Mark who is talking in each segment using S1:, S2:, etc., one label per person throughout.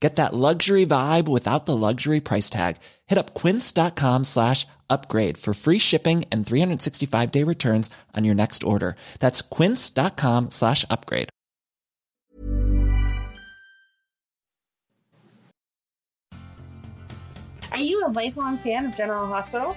S1: Get that luxury vibe without the luxury price tag. Hit up quince.com slash upgrade for free shipping and 365 day returns on your next order. That's quince.com slash upgrade.
S2: Are you a lifelong fan of General Hospital?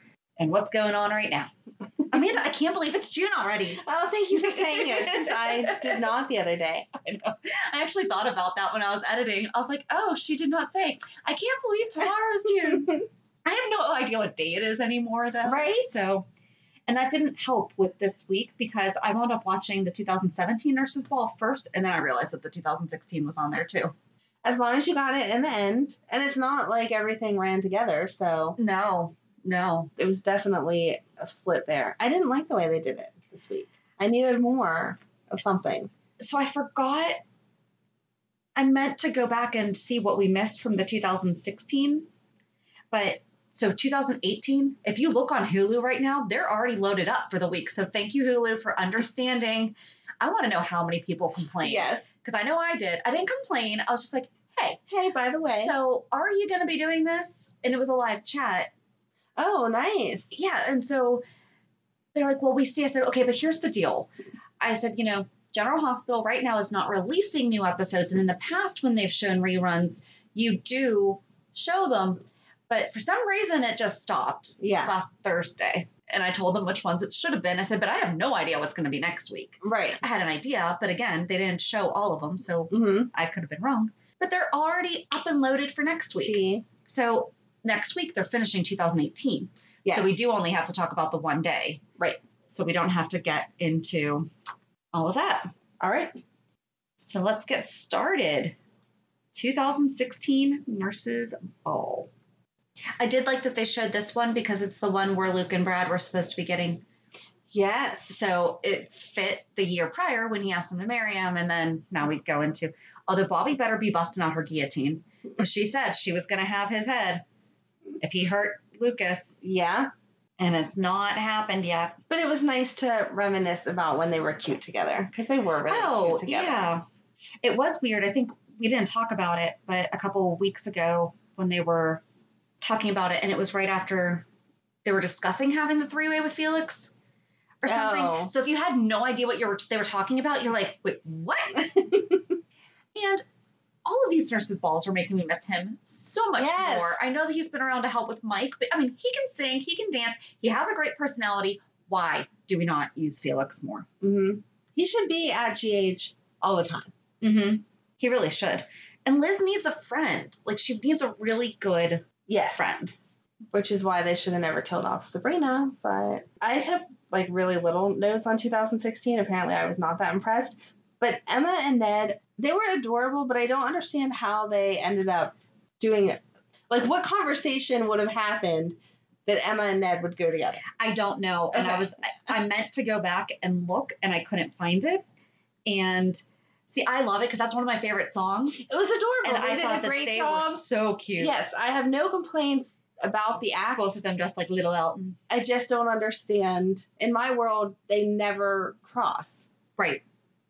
S3: and what's going on right now. Amanda, I can't believe it's June already.
S2: Oh, thank you for saying it since I did not the other day.
S3: I know. I actually thought about that when I was editing. I was like, oh, she did not say. I can't believe tomorrow's June. I have no idea what day it is anymore, though.
S2: Right?
S3: So, and that didn't help with this week because I wound up watching the 2017 Nurses Ball first, and then I realized that the 2016 was on there too.
S2: As long as you got it in the end, and it's not like everything ran together, so
S3: No, no.
S2: it was definitely a split there. I didn't like the way they did it this week. I needed more of something.
S3: So I forgot. I meant to go back and see what we missed from the 2016, but so 2018. If you look on Hulu right now, they're already loaded up for the week. So thank you Hulu for understanding. I want to know how many people complained.
S2: Yes.
S3: because I know I did. I didn't complain. I was just like, hey,
S2: Hey, by the way.
S3: so are you going to be doing this? And it was a live chat.
S2: oh, nice.
S3: Yeah. And so they're like, well, we see. I said, okay, but here's the deal. I said, you know, General Hospital right now is not releasing new episodes. And in the past, when they've shown reruns, you do show them. But for some reason, it just stopped
S2: Yeah.
S3: last Thursday. And I told them which ones it should have been. I said, but I have no idea what's going to be next week.
S2: Right.
S3: I had an idea, but again, they didn't show all of them. So
S2: Mm-hmm.
S3: I could have been wrong, but they're already up and loaded for next week.
S2: See?
S3: So next week they're finishing 2018.
S2: Yes.
S3: So we do only have to talk about the one day.
S2: Right.
S3: So we don't have to get into all of that.
S2: All right.
S3: So let's get started. 2016 Nurses Ball. I did like that they showed this one because it's the one where Luke and Brad were supposed to be getting.
S2: Yes.
S3: So it fit the year prior when he asked him to marry him. And then now we go into, although Bobby better be busting out her guillotine. 'Cause She said she was going to have his head if he hurt Lucas.
S2: Yeah.
S3: And it's not happened yet.
S2: But it was nice to reminisce about when they were cute together because they were really
S3: oh,
S2: cute together.
S3: yeah. It was weird. I think we didn't talk about it, but a couple of weeks ago when they were talking about it, and it was right after they were discussing having the three way with Felix or something.
S2: Oh.
S3: So if you had no idea what you were they were talking about, you're like, wait, what? and all of these nurses' balls were making me miss him so much
S2: Yes.
S3: more. I know that he's been around to help with Mike, but I mean, he can sing, he can dance, he has a great personality. Why do we not use Felix more?
S2: hmm He should be at GH all the time.
S3: Mm-hmm. He really should. And Liz needs a friend. Like she needs a really good
S2: Yes.
S3: friend.
S2: which is why they should have never killed off Sabrina. But I have like really little notes on 2016. Apparently, I was not that impressed. But Emma and Ned, they were adorable, but I don't understand how they ended up doing it. Like, what conversation would have happened that Emma and Ned would go together?
S3: I don't know. And I
S2: Okay.
S3: was I- I meant to go back and look and I couldn't find it. And see, I love it because that's one of my favorite songs.
S2: It was
S3: And
S2: adorable.
S3: I
S2: they
S3: thought
S2: did a
S3: that
S2: great
S3: they
S2: job.
S3: were so cute.
S2: yes, I have no complaints about the act.
S3: Both of them dressed like little Elton.
S2: I just don't understand. In my world, they never cross.
S3: Right.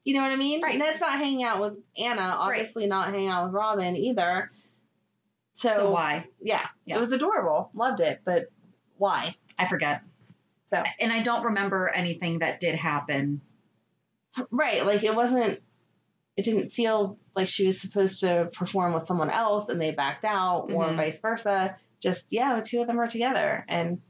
S2: You know what I mean?
S3: Right.
S2: Ned's not hanging out with Anna, obviously not hanging out with Robin either. So,
S3: So why?
S2: Yeah,
S3: Yeah.
S2: It was adorable. Loved it, but why?
S3: I forget.
S2: So
S3: And I don't remember anything that did happen.
S2: Right, like it wasn't it didn't feel like she was supposed to perform with someone else and they backed out or
S3: Mhm.
S2: vice versa. Just yeah, the two of them are together and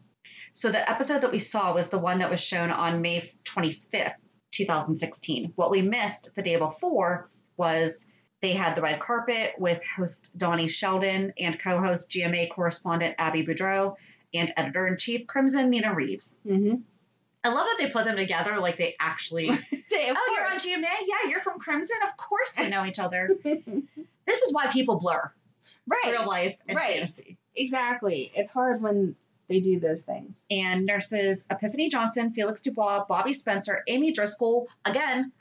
S3: So the episode that we saw was the one that was shown on May 25th, 2016. What we missed the day before was they had the red carpet with host Donnie Sheldon and co-host GMA correspondent Abby Boudreau and editor-in-chief Crimson Nina Reeves.
S2: Mhm.
S3: I love that they put them together like they actually. oh,
S2: they of
S3: you're on
S2: course-
S3: GMA? Yeah, you're from Crimson. Of course we know each other. this is why people blur
S2: right.
S3: real life and
S2: Right.
S3: fantasy.
S2: Exactly. It's hard when they do those things.
S3: and nurses Epiphany Johnson, Felix Dubois, Bobby Spencer, Amy Driscoll. Again,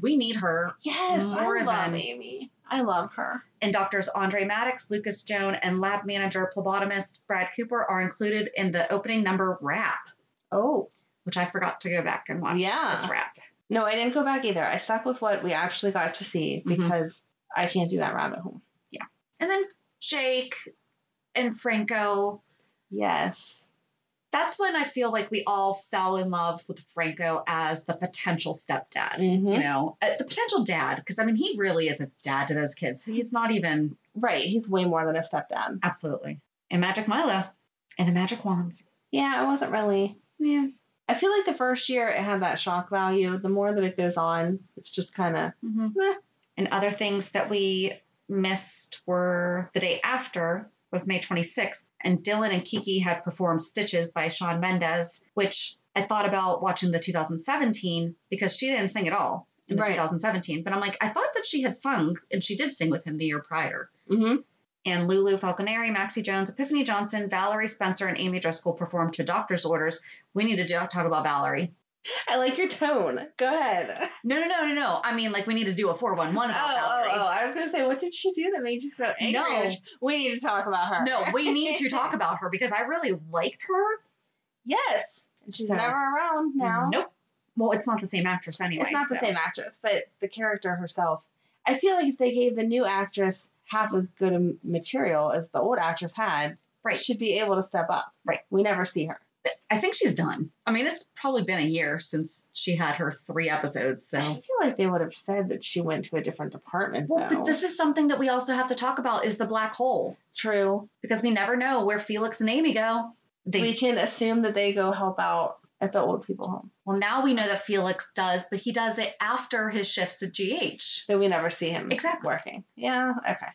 S3: we need her.
S2: Yes,
S3: More
S2: I love
S3: than-
S2: Amy. I love her.
S3: And doctors Andre Maddox, Lucas Joan, and lab manager phlebotomist Brad Cooper are included in the opening number wrap,
S2: Oh.
S3: which I forgot to go back and watch
S2: Yeah.
S3: this wrap.
S2: No, I didn't go back either. I stuck with what we actually got to see
S3: Mhm.
S2: because I can't do that rabbit hole.
S3: And then Jake and Franco.
S2: Yes.
S3: That's when I feel like we all fell in love with Franco as the potential stepdad.
S2: Mhm.
S3: You know, uh, the potential dad, because I mean, he really is a dad to those kids. He's not even
S2: Right. He's way more than a stepdad.
S3: Absolutely. And Magic Milo and the Magic Wands.
S2: Yeah, it wasn't really.
S3: Yeah.
S2: I feel like the first year it had that shock value. The more that it goes on, it's just kind of Meh.
S3: And other things that we missed were the day after was May 26th, and Dylan and Kiki had performed Stitches by Sean Mendez, which I thought about watching the 2017 because she didn't sing at all in the
S2: Right.
S3: 2017. But I'm like, I thought that she had sung, and she did sing with him the year prior.
S2: mm-hmm.
S3: and Lulu Falconeri, Maxie Jones, Epiphany Johnson, Valerie Spencer, and Amy Driscoll performed to doctor's orders. We need to do, talk about Valerie.
S2: I like your tone. Go ahead.
S3: No, no, no, no, no. I mean, like, we need to do a
S2: Oh,
S3: 411 about Valerie.
S2: I was gonna say, what did she do that made you so angry?
S3: No.
S2: We need to talk about her.
S3: No, we need to talk about her because I really liked her.
S2: Yes. She's
S3: So-
S2: never around now.
S3: Nope. Well, it's not the same actress anyway.
S2: It's not the
S3: so-
S2: same actress, but the character herself. I feel like if they gave the new actress half as good a material as the old actress had,
S3: Right.
S2: she'd be able to step up.
S3: Right.
S2: We never see her.
S3: I think she's done. I mean, it's probably been a year since she had her three episodes. So.
S2: I feel like they would have said that she went to a different department,
S3: Well,
S2: though.
S3: but this is something that we also have to talk about is the black hole
S2: True.
S3: because we never know where Felix and Amy go. They
S2: we can assume that they go help out at the old people home,
S3: Well, now we know that Felix does, but he does it after his shifts at GH.
S2: so we never see him
S3: Exactly.
S2: working. Yeah. Okay.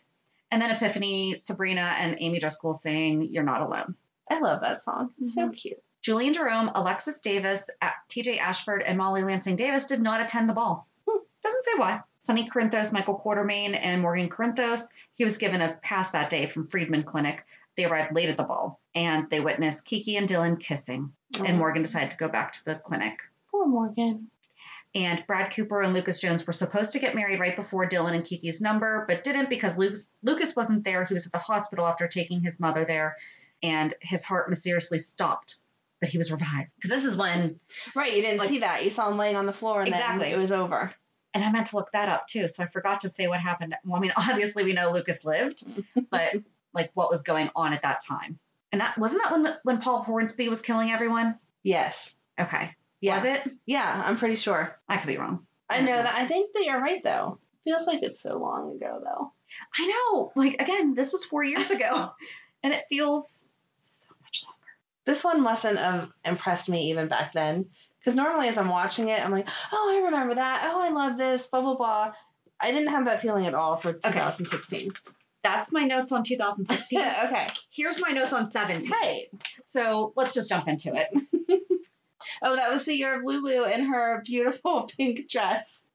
S3: And then Epiphany, Sabrina, and Amy Driscoll saying, You're not alone.
S2: I love that song. It's
S3: Mm-hmm.
S2: So cute.
S3: Julian Jerome, Alexis Davis, A- TJ Ashford, and Molly Lansing Davis did not attend the ball. Hmm, Doesn't say why. Sonny Corinthos, Michael Quartermain, and Morgan Corinthos, he was given a pass that day from Friedman Clinic. They arrived late at the ball and they witnessed Kiki and Dylan kissing. And Morgan decided to go back to the clinic.
S2: Oh. Poor Morgan.
S3: And Brad Cooper and Lucas Jones were supposed to get married right before Dylan and Kiki's number, but didn't because Lucas, Lucas wasn't there. He was at the hospital after taking his mother there, and his heart mysteriously stopped, but he was revived. Because this is when,
S2: Right. You didn't
S3: Like-
S2: see that. You saw him laying on the floor, and
S3: Exactly.
S2: then it was over.
S3: and I meant to look that up too, so I forgot to say what happened. Well, I mean, obviously we know Lucas lived, but like what was going on at that time. And that wasn't that when when Paul Hornsby was killing everyone.
S2: Yes.
S3: Okay,
S2: Yeah.
S3: was it?
S2: Yeah. I'm pretty sure.
S3: I could be wrong.
S2: I know that. I think that you're right, though. Feels like it's so long ago, though.
S3: I know. Like again, this was four years ago, and it feels so much longer.
S2: This one mustn't have impressed me even back then. Because normally, as I'm watching it, I'm like, oh, I remember that. Oh, I love this. Blah, blah, blah. I didn't have that feeling at all for 2016.
S3: That's my notes on 2016.
S2: okay.
S3: Here's my notes on 17.
S2: Right.
S3: So let's just jump into it.
S2: Oh, that was the year of Lulu in her beautiful pink dress.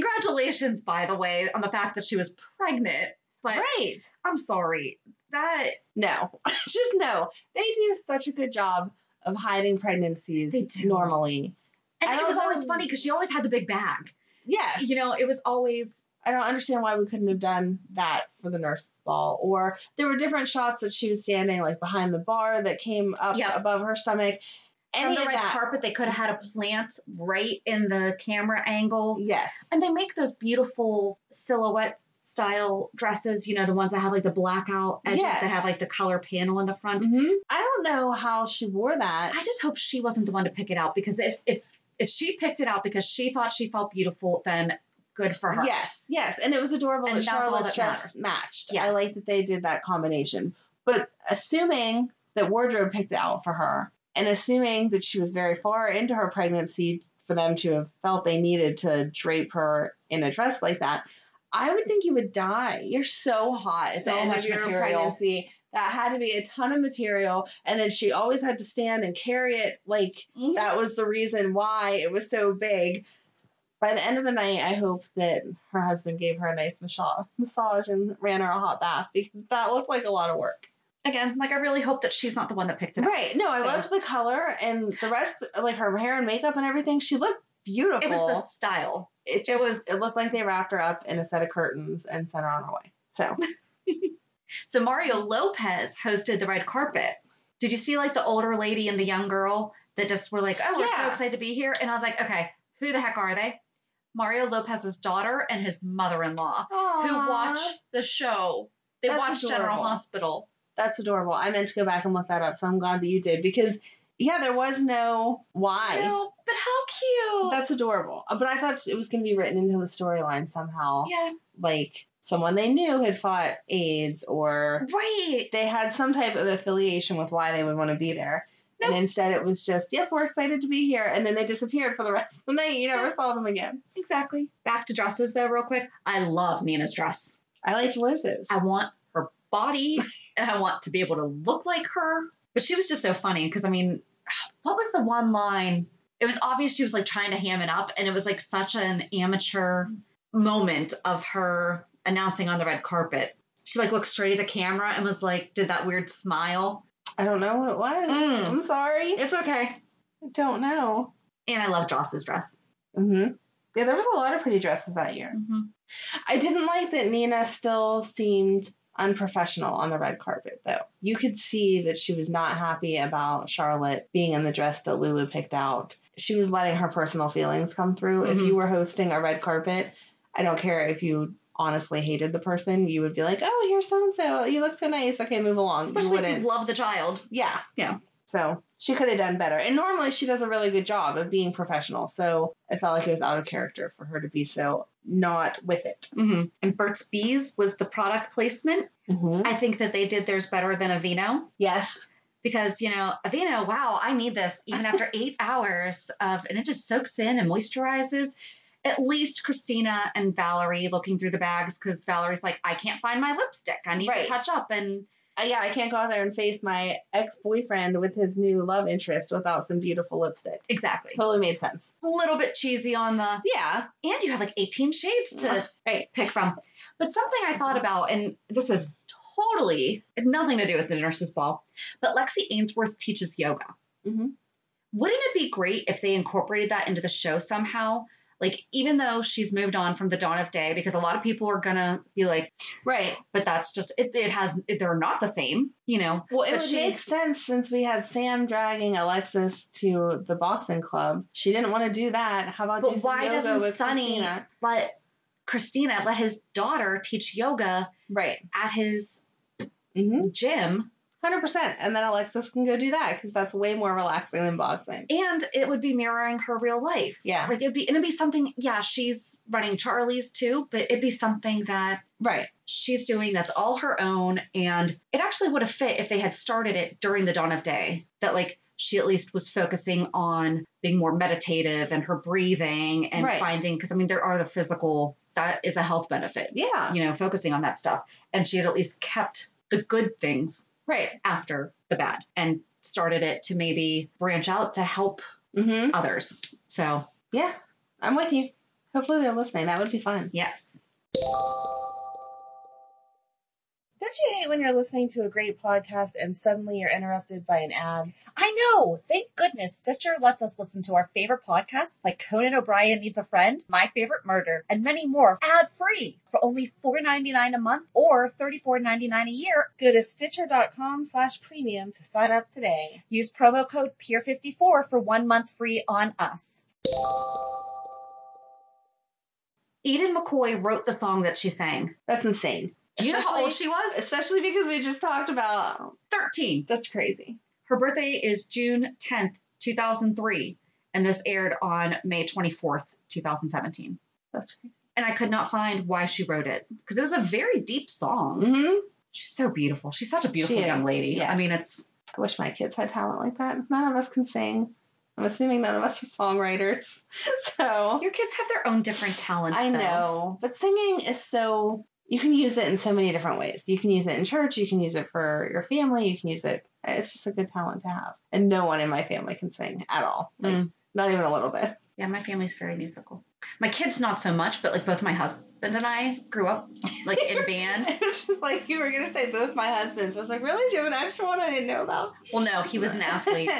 S3: Congratulations, by the way, on the fact that she was pregnant. But
S2: Right.
S3: I'm sorry. That
S2: No, just no. They do such a good job of hiding pregnancies
S3: They do.
S2: normally. I
S3: and it
S2: don't
S3: was always
S2: know.
S3: funny because she always had the big bag.
S2: Yes.
S3: You know, it was always
S2: I don't understand why we couldn't have done that for the nurse's ball. Or there were different shots that she was standing like behind the bar that came up
S3: Yep.
S2: above her stomach.
S3: on
S2: Any
S3: the
S2: of
S3: red
S2: that.
S3: carpet. They could have had a plant right in the camera angle.
S2: Yes.
S3: And they make those beautiful silhouette style dresses, you know, the ones that have like the blackout edges
S2: Yes.
S3: that have like the color panel in the front.
S2: I don't know how she wore that.
S3: Mm-hmm. I just hope she wasn't the one to pick it out because if if if she picked it out because she thought she felt beautiful, then good for her.
S2: Yes, yes. And it was adorable
S3: And
S2: that
S3: that's all that
S2: Charlotte's dress
S3: matters.
S2: matched. I
S3: Yes.
S2: like that they did that combination. But assuming that Wardrobe picked it out for her and assuming that she was very far into her pregnancy for them to have felt they needed to drape her in a dress like that, I would think you would die. You're so hot. at the
S3: So
S2: end of
S3: much
S2: your
S3: material.
S2: Pregnancy. That had to be a ton of material. And then she always had to stand and carry it like
S3: Mhm.
S2: that was the reason why it was so big. By the end of the night, I hope that her husband gave her a nice massage, massage and ran her a hot bath because that looked like a lot of work.
S3: Again, like I really hope that she's not the one that picked it out.
S2: Right. No, I
S3: So-
S2: loved the color and the rest, like her hair and makeup and everything. She looked beautiful.
S3: It was the style.
S2: It, just, it was. It looked like they wrapped her up in a set of curtains and sent her on her way. So
S3: So Mario Lopez hosted the red carpet. Did you see like the older lady and the young girl that just were like, "Oh, we're so
S2: Yeah.
S3: excited to be here," and I was like, "Okay, who the heck are they?" Mario Lopez's daughter and his mother-in-law who watch the show. They
S2: That's
S3: watch General
S2: adorable.
S3: Hospital.
S2: That's adorable. I meant to go back and look that up, so I'm glad that you did because yeah, there was no why.
S3: No, but how cute!
S2: That's adorable. Uh, But I thought it was going to be written into the storyline somehow.
S3: yeah,
S2: Like someone they knew had fought AIDS or
S3: right.
S2: they had some type of affiliation with why they would want to be there. And instead it was just, yep, we're excited to be here. And then they disappeared for the rest of the night. You never saw them again.
S3: Exactly. Back to dresses though, real quick. I love Nina's dress.
S2: I liked Liz's.
S3: I want her body and I want to be able to look like her. But she was just so funny because I mean, what was the one line? It was obvious she was like trying to ham it up, and it was like such an amateur moment of her announcing on the red carpet. She like looked straight at the camera and was like, did that weird smile.
S2: I don't know what it was.
S3: Mm.
S2: I'm sorry.
S3: It's okay.
S2: I don't know.
S3: And I love Joss's dress.
S2: hmm Yeah, there was a lot of pretty dresses that year.
S3: Mm-hmm. Um,
S2: I didn't like that Nina still seemed unprofessional on the red carpet, though. You could see that she was not happy about Charlotte being in the dress that Lulu picked out. She was letting her personal feelings come through. If
S3: Mhm.
S2: you were hosting a red carpet, I don't care if you honestly hated the person, you would be like, oh, here's so and so. You look so nice. Okay, move along. you
S3: Especially if
S2: wouldn't.
S3: you love the child.
S2: yeah.
S3: Yeah.
S2: So she could have done better. And normally she does a really good job of being professional. So it felt like it was out of character for her to be so not with it.
S3: Mm-hmm. And Burt's Bees was the product placement.
S2: Mm-hmm.
S3: I think that they did theirs better than Avino
S2: Yes.
S3: because, you know, Avino, wow, I need this even after eight hours of, and it just soaks in and moisturizes. At least Christina and Valerie looking through the bags because Valerie's like, I can't find my lipstick. I need
S2: Right.
S3: to touch up. And
S2: Uh, yeah, I can't go out there and face my ex boyfriend with his new love interest without some beautiful lipstick.
S3: exactly.
S2: Totally made sense.
S3: A little bit cheesy on the,
S2: Yeah.
S3: and you have like 18 shades to
S2: Right.
S3: pick from. But something I thought about, and this is totally had nothing to do with the nurse's ball, but Lexi Ainsworth teaches yoga.
S2: Mhm.
S3: Wouldn't it be great if they incorporated that into the show somehow? Like, even though she's moved on from the dawn of day, because a lot of people are gonna be like,
S2: Right.
S3: but that's just, it, it has, they're not the same, you know?
S2: Well, it
S3: But
S2: would
S3: she-
S2: make sense since we had Sam dragging Alexis to the boxing club. She didn't want to do that. How about do
S3: But
S2: some
S3: why
S2: yoga
S3: doesn't
S2: with
S3: Sonny
S2: Christina?
S3: let Christina let his daughter teach yoga
S2: Right.
S3: at his
S2: Mm-hmm.
S3: gym?
S2: 100%. And then Alexis can go do that because that's way more relaxing than boxing.
S3: and it would be mirroring her real life.
S2: Yeah.
S3: Like it'd be, and it'd be something, yeah, she's running Charlie's too, but it'd be something that
S2: Right.
S3: she's doing that's all her own. And it actually would have fit if they had started it during the dawn of day, that like she at least was focusing on being more meditative and her breathing and
S2: Right.
S3: finding, because I mean, there are the physical, that is a health benefit.
S2: Yeah.
S3: You know, focusing on that stuff. And she had at least kept the good things
S2: Right.
S3: after the bad and started it to maybe branch out to help
S2: Mm-hmm.
S3: others. So,
S2: Yeah. I'm with you. Hopefully they're listening. That would be fun.
S3: yes.
S4: Don't you hate when you're listening to a great podcast and suddenly you're interrupted by an ad?
S5: I know! Thank goodness Stitcher lets us listen to our favorite podcasts like Conan O'Brien Needs a Friend, My Favorite Murder, and many more ad free for only $4.99 a month or $34.99 a year.
S4: Go to stitcher.com slash premium to sign up today.
S5: Use promo code E PEER54 for one month free on us.
S3: Eden McCoy wrote the song that she sang.
S2: That's insane.
S3: Do you know how old
S2: Especially-
S3: she was?
S2: Especially because we just talked about
S3: 13.
S2: that's crazy.
S3: Her birthday is June 10th, 2003, and this aired on May 24th, 2017.
S2: That's crazy.
S3: And I could not find why she wrote it because it was a very deep song.
S2: Mm-hmm.
S3: She's so beautiful. She's such a beautiful
S2: She is,
S3: young lady.
S2: yeah.
S3: I mean, it's
S2: I wish my kids had talent like that. None of us can sing. I'm assuming none of us are songwriters. So
S3: your kids have their own different talents.
S2: I
S3: though.
S2: know, but singing is so you can use it in so many different ways. You can use it in church, you can use it for your family, you can use it. It's just a good talent to have. And no one in my family can sing at all. Like
S3: Mm.
S2: not even a little bit.
S3: Yeah, my family's very musical. My kids, not so much, but like both my husband and I grew up like in band.
S2: It's just like you were gonna say both my husbands. I was like, really? Do you have an extra one I didn't know about?
S3: Well, no, he was an athlete.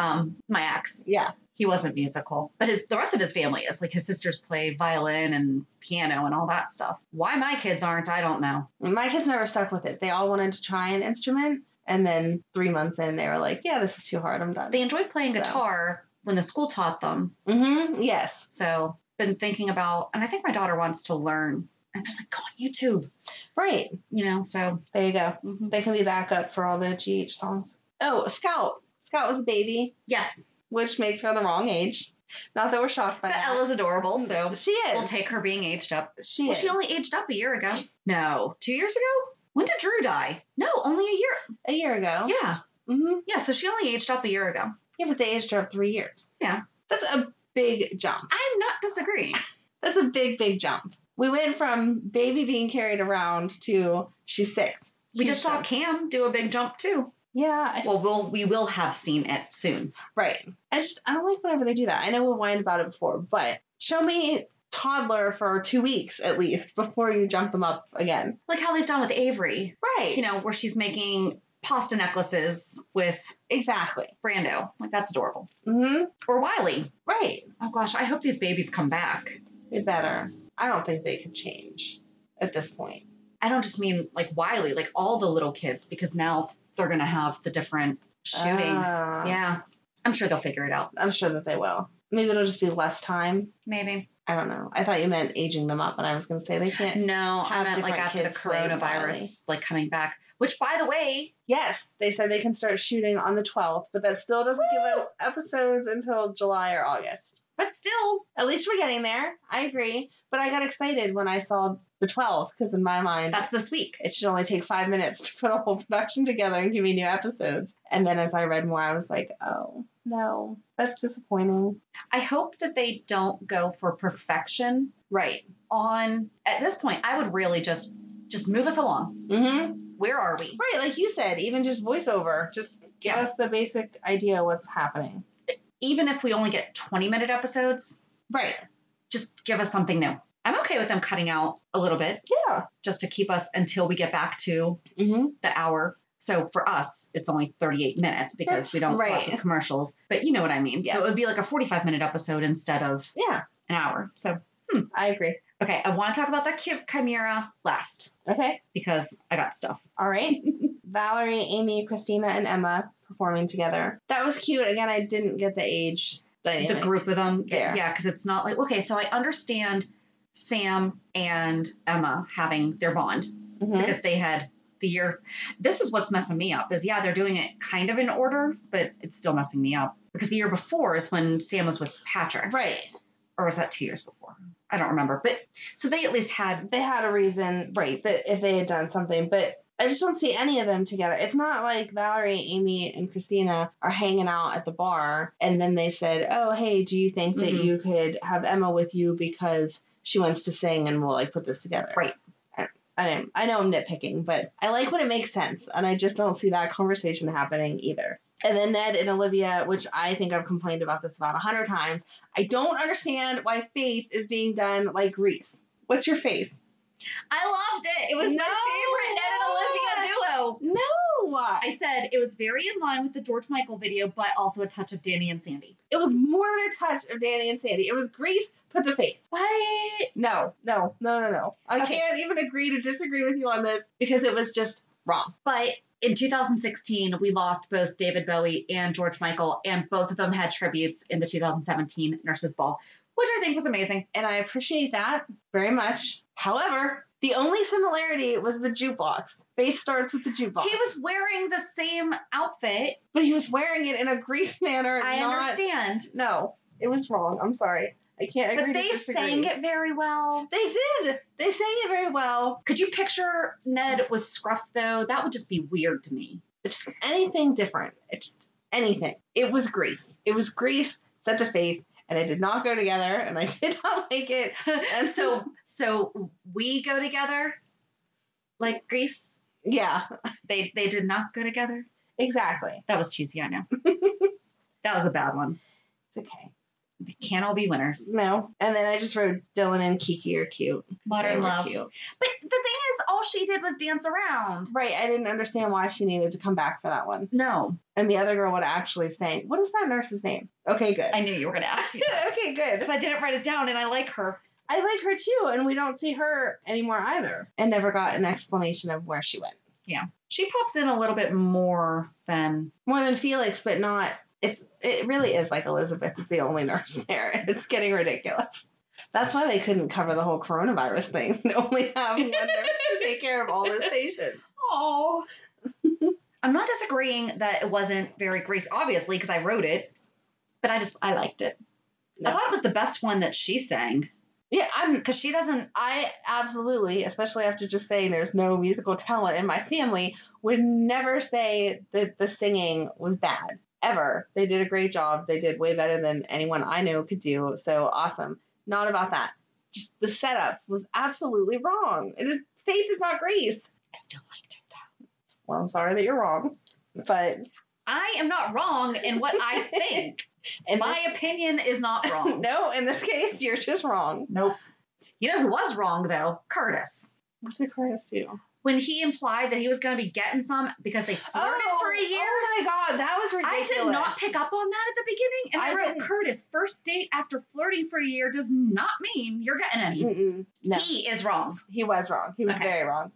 S3: Um, my ex,
S2: yeah.
S3: he wasn't musical, but his the rest of his family is. Like his sisters play violin and piano and all that stuff. Why my kids aren't, I don't know.
S2: My kids never stuck with it. They all wanted to try an instrument and then three months in they were like, Yeah, this is too hard, I'm done.
S3: They enjoyed playing
S2: So.
S3: guitar when the school taught them.
S2: Mm-hmm. Yes.
S3: So been thinking about, and I think my daughter wants to learn. I'm just like go on YouTube,
S2: Right.
S3: you know. So
S2: There you go.
S3: mhm.
S2: They can be backup for all the GH songs. Oh, Scout. Scout was a baby,
S3: yes,
S2: which makes her the wrong age. Not that we're shocked by
S3: but
S2: that.
S3: Ella's adorable, so
S2: she is.
S3: we'll take her being aged up.
S2: she
S3: Well,
S2: is.
S3: she only aged up a year ago. No, two years ago. When did Drew die? No, only a year.
S2: a year ago.
S3: Yeah,
S2: hmm
S3: yeah. So she only aged up a year ago.
S2: Yeah, but they aged her up three years.
S3: Yeah.
S2: That's a big jump.
S3: I'm not disagreeing.
S2: That's a big, big jump. We went from baby being carried around to she's six.
S3: We just saw
S2: Houston.
S3: Cam do a big jump too.
S2: Yeah. I-
S3: Well, we'll we will have seen it soon.
S2: right. I just, I don't like whenever they do that. I know we whined about it before, but show me toddler for two weeks at least before you jump them up again.
S3: Like how they've done with Avery,
S2: Right.
S3: you know, where she's making pasta necklaces with
S2: exactly.
S3: Brando. Like that's adorable.
S2: hmm
S3: Or Wiley.
S2: Right.
S3: Oh gosh, I hope these babies come back.
S2: They better. I don't think they can change at this point.
S3: I don't just mean like Wiley, like all the little kids, because now they're gonna have the different shooting.
S2: Ah.
S3: yeah. I'm sure they'll figure it out.
S2: I'm sure that they will. Maybe it'll just be less time.
S3: Maybe.
S2: I don't know. I thought you meant aging them up, and I was going to say they can't.
S3: No, I
S2: Have
S3: meant like
S2: different
S3: after the
S2: kids play Wiley.
S3: coronavirus, like coming back. Which by the way,
S2: Yes, they said they can start shooting on the 12th, but that still doesn't give us episodes until July or August.
S3: but still,
S2: At least we're getting there. I agree. But I got excited when I saw the 12th because, in my mind,
S3: that's this week.
S2: it should only take five minutes to put a whole production together and give me new episodes. And then as I read more, I was like, oh, no, that's disappointing.
S3: I hope that they don't go for perfection
S2: Right.
S3: on at this point. I would really just just move us along.
S2: Mm-hmm.
S3: Where are we?
S2: Right, like you said, even just voiceover, just give
S3: Yeah.
S2: us the basic idea of what's happening.
S3: Even if we only get 20 minute episodes,
S2: Right.
S3: just give us something new. I'm okay with them cutting out a little bit
S2: Yeah.
S3: just to keep us until we get back to
S2: Mm-hmm.
S3: the hour. So for us, it's only 38 minutes because we don't watch
S2: Right.
S3: the commercials. But you know what I mean. So
S2: Yeah.
S3: it would be like a 45 minute episode instead of
S2: Yeah,
S3: an hour. So
S2: I agree.
S3: okay, I want to talk about that chi- chimera last
S2: Okay.
S3: because I got stuff.
S2: All right. Valerie, Amy, Christina, and Emma performing together. That was cute. Again, I didn't get the age dynamic.
S3: the group of them.
S2: There.
S3: Yeah, because it's not like, okay, so I understand Sam and Emma having their bond
S2: Mhm.
S3: because they had the year. This is what's messing me up is, yeah, they're doing it kind of in order, but it's still messing me up because the year before is when Sam was with Patrick.
S2: Right.
S3: Or was that two years before? I don't remember. But so they at least had,
S2: They had a reason, right, that if they had done something, but I just don't see any of them together. It's not like Valerie, Amy, and Christina are hanging out at the bar and then they said, Oh, hey, do you think that
S3: Mm-hmm.
S6: Mhm.
S2: you could have Emma with you because she wants to sing and we'll like put this together?
S6: Right.
S2: I, I, don't- I know I'm nitpicking, but I like when it makes sense and I just don't see that conversation happening either. And then Ned and Olivia, which I think I've complained about this about a hundred times. I don't understand why Faith is being done like Reese. What's your Faith?
S3: I loved it. It was
S2: No
S3: my favorite Ned and Olivia duo.
S2: No.
S3: I said it was very in line with the George Michael video, but also a touch of Danny and Sandy.
S2: It was more than a touch of Danny and Sandy. It was Grease put to faith.
S3: What?
S2: No, no, no, no, no. I
S3: Okay.
S2: can't even agree to disagree with you on this because it was just wrong.
S3: But in 2016, we lost both David Bowie and George Michael, and both of them had tributes in the 2017 Nurses Ball, which I think was amazing.
S2: And I appreciate that very much. However, the only similarity was the jukebox. Faith starts with the jukebox.
S3: He was wearing the same outfit.
S2: but he was wearing it in a Grease manner.
S3: I
S2: not-
S3: understand.
S2: No, it was wrong. I'm sorry. I can't agree
S3: But
S2: to
S3: they
S2: disagree.
S3: sang it very well.
S2: They did. They sang it very well.
S3: Could you picture Ned with Scruff, though? That would just be weird to me.
S2: It's anything different. It's anything. It was Grease. It was Grease set to faith, and it did not go together, and I did not like it.
S3: and so, so we go together like Greece.
S2: Yeah,
S3: They, they did not go together.
S2: exactly.
S3: That was cheesy, I know. that was a bad one.
S2: It's okay.
S3: They can't all be winners.
S2: No. And then I just wrote Dylan and Kiki are cute. 'cause
S3: Modern
S2: they were
S3: love.
S2: cute.
S3: But the thing is, all she did was dance around.
S2: Right. I didn't understand why she needed to come back for that one.
S3: No,
S2: And the other girl would actually sang. What is that nurse's name? Okay, good.
S3: I knew you were going to ask me that.
S2: okay, good.
S3: Because I didn't write it down and I like her.
S2: I like her too, and we don't see her anymore either. And never got an explanation of where she went.
S3: She pops in a little bit more than.
S2: more than Felix, but not. It's it really is like Elizabeth is the only nurse there. It's getting ridiculous. That's why they couldn't cover the whole coronavirus thing. They only have one nurse to take care of all the stations.
S3: Oh. I'm not disagreeing that it wasn't very Greece, obviously, because I wrote it, but I just, I liked it. I
S2: No.
S3: thought it was the best one that she sang
S2: Yeah, I'm.
S3: because she doesn't.
S2: I absolutely, especially after just saying there's no musical talent in my family, would never say that the singing was bad ever. They did a great job. They did way better than anyone I know could do. So awesome. Not about that. Just the setup was absolutely wrong. It is faith is not grace.
S3: I still liked it.
S2: Well, I'm sorry that you're wrong, but
S3: I am not wrong in what I think.
S2: in
S3: My opinion is not
S2: this,
S3: wrong.
S2: no, in this case, you're just wrong.
S3: Nope. You know who was wrong though? Curtis.
S2: What did Curtis do?
S3: When he implied that he was going to be getting some because they flirted for a year.
S2: Oh my god, that was
S3: I
S2: ridiculous.
S3: did not pick up on that at the beginning. And I,
S2: I
S3: wrote
S2: didn't-
S3: Curtis, first date after flirting for a year does not mean you're getting any.
S2: Mm-mm. Mm, No,
S3: He is wrong.
S2: he was wrong. He was
S3: Okay.
S2: very wrong.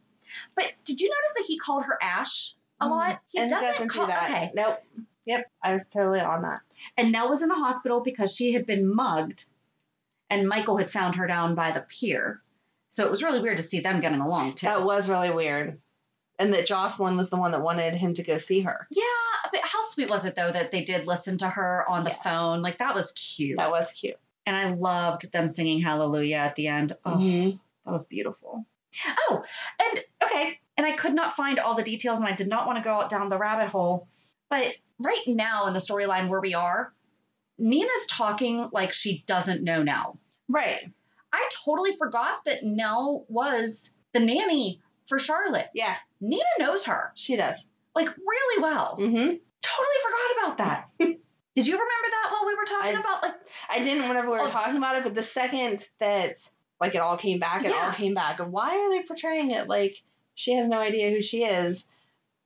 S3: But did you notice that he called her Ash a lot? He
S2: Mm, and
S3: doesn't,
S2: do
S3: call
S2: that.
S3: okay.
S2: Nope. Yep, I was totally on that.
S3: And Nell was in the hospital because she had been mugged and Michael had found her down by the pier. So it was really weird to see them getting along too.
S2: That was really weird, and that Jocelyn was the one that wanted him to go see her.
S3: Yeah, but how sweet was it though that they did listen to her on the
S2: Yes.
S3: phone? Like that was cute.
S2: That was cute.
S3: and I loved them singing Hallelujah at the end. Oh,
S2: Mhm.
S3: that was beautiful. Oh, and okay, and I could not find all the details and I did not want to go down the rabbit hole, but right now in the storyline where we are, Nina's talking like she doesn't know Nell.
S2: Right.
S3: I totally forgot that Nell was the nanny for Charlotte.
S2: Yeah,
S3: Nina knows her
S2: she does.
S3: like really well.
S2: Mm-hmm.
S3: Totally forgot about that. Did you remember that while we were talking
S2: I-
S3: about like
S2: I didn't whenever we were
S3: Oh.
S2: talking about it, but the second that like it all came back, it all
S3: Yeah.
S2: came back. And why are they portraying it like she has no idea who she is?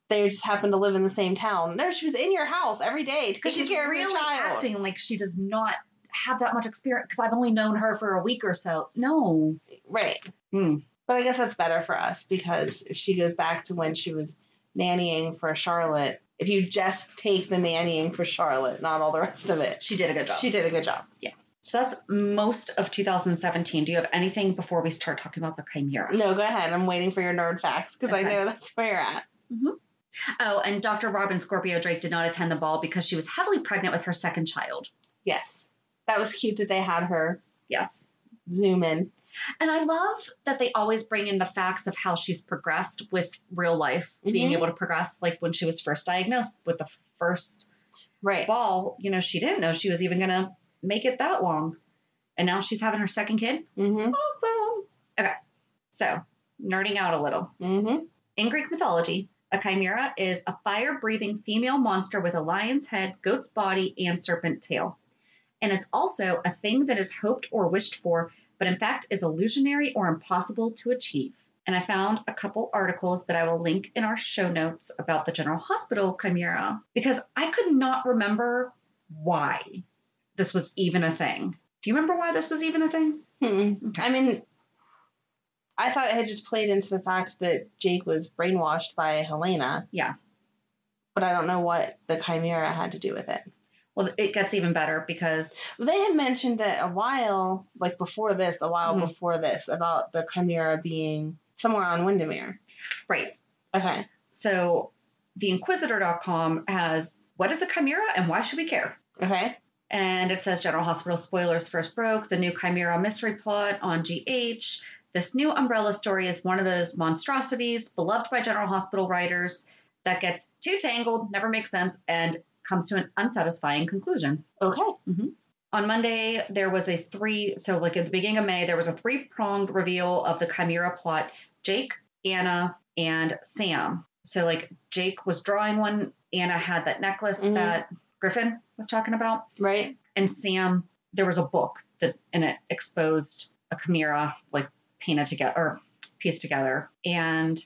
S2: They just happen to live in the same town. No, she was in your house every day to
S3: because
S2: take
S3: she's
S2: care of
S3: really
S2: your child.
S3: acting like she does not have that much experience because I've only known her for a week or so. No.
S2: Right.
S3: Hmm.
S2: But I guess that's better for us because if she goes back to when she was nannying for Charlotte, if you just take the nannying for Charlotte, not all the rest of it,
S3: She did a good job.
S2: she did a good job.
S3: so that's most of 2017. Do you have anything before we start talking about the Chimera?
S2: No, go ahead. I'm waiting for your nerd facts because I
S3: Okay.
S2: know that's where you're at.
S3: Oh, and Dr. Robin Scorpio Drake did not attend the ball because she was heavily pregnant with her second child.
S2: Yes. That was cute that they had her
S3: Yes.
S2: zoom in.
S3: And I love that they always bring in the facts of how she's progressed with real life, being
S2: Mhm.
S3: able to progress. Like when she was first diagnosed with the first
S7: Right.
S3: ball, you know, she didn't know she was even going to make it that long. And now she's having her second kid.
S2: Mm-hmm.
S3: Awesome. Okay. So, nerding out a little.
S2: Mm-hmm.
S3: In Greek mythology, a chimera is a fire breathing female monster with a lion's head, goat's body, and serpent tail. And it's also a thing that is hoped or wished for, but in fact is illusionary or impossible to achieve. And I found a couple articles that I will link in our show notes about the General Hospital chimera because I could not remember why this was even a thing. Do you remember why this was even a thing? Okay.
S2: Hmm. I mean, I thought it had just played into the fact that Jake was brainwashed by Helena.
S3: Yeah.
S2: But I don't know what the chimera had to do with it.
S3: Well, it gets even better because
S2: They had mentioned it a while, like before this, a while
S3: Mhm.
S2: before this, about the chimera being somewhere on Windermere.
S3: right,
S2: Okay.
S3: So the inquisitor.com has what is a chimera and why should we care?
S2: Okay.
S3: And it says General Hospital spoilers first broke, the new chimera mystery plot on GH. This new umbrella story is one of those monstrosities beloved by General Hospital writers that gets too tangled, never makes sense, and comes to an unsatisfying conclusion Mm-hmm.
S2: Okay.
S3: on Monday, there was a three, so like at the beginning of May, there was a three pronged reveal of the Chimera plot Jake, Anna, and Sam. So, like, Jake was drawing one, Anna had that necklace
S2: Mhm.
S3: that Griffin was talking about,
S2: Right.
S3: and Sam, there was a book that, and it exposed a Chimera, like, painted together or pieced together. And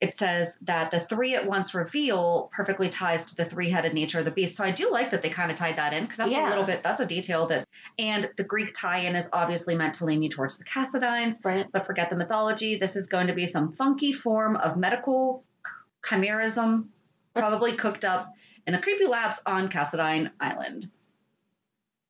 S3: it says that the three at once reveal perfectly ties to the three headed nature of the beast. So I do like that they kind of tied that in because that's
S2: Yeah.
S3: a little bit, that's a detail that, and the Greek tie in is obviously meant to lean you towards the Cassidines,
S2: Right.
S3: but forget the mythology. This is going to be some funky form of medical chimerism, probably cooked up in the creepy labs on Cassidine Island.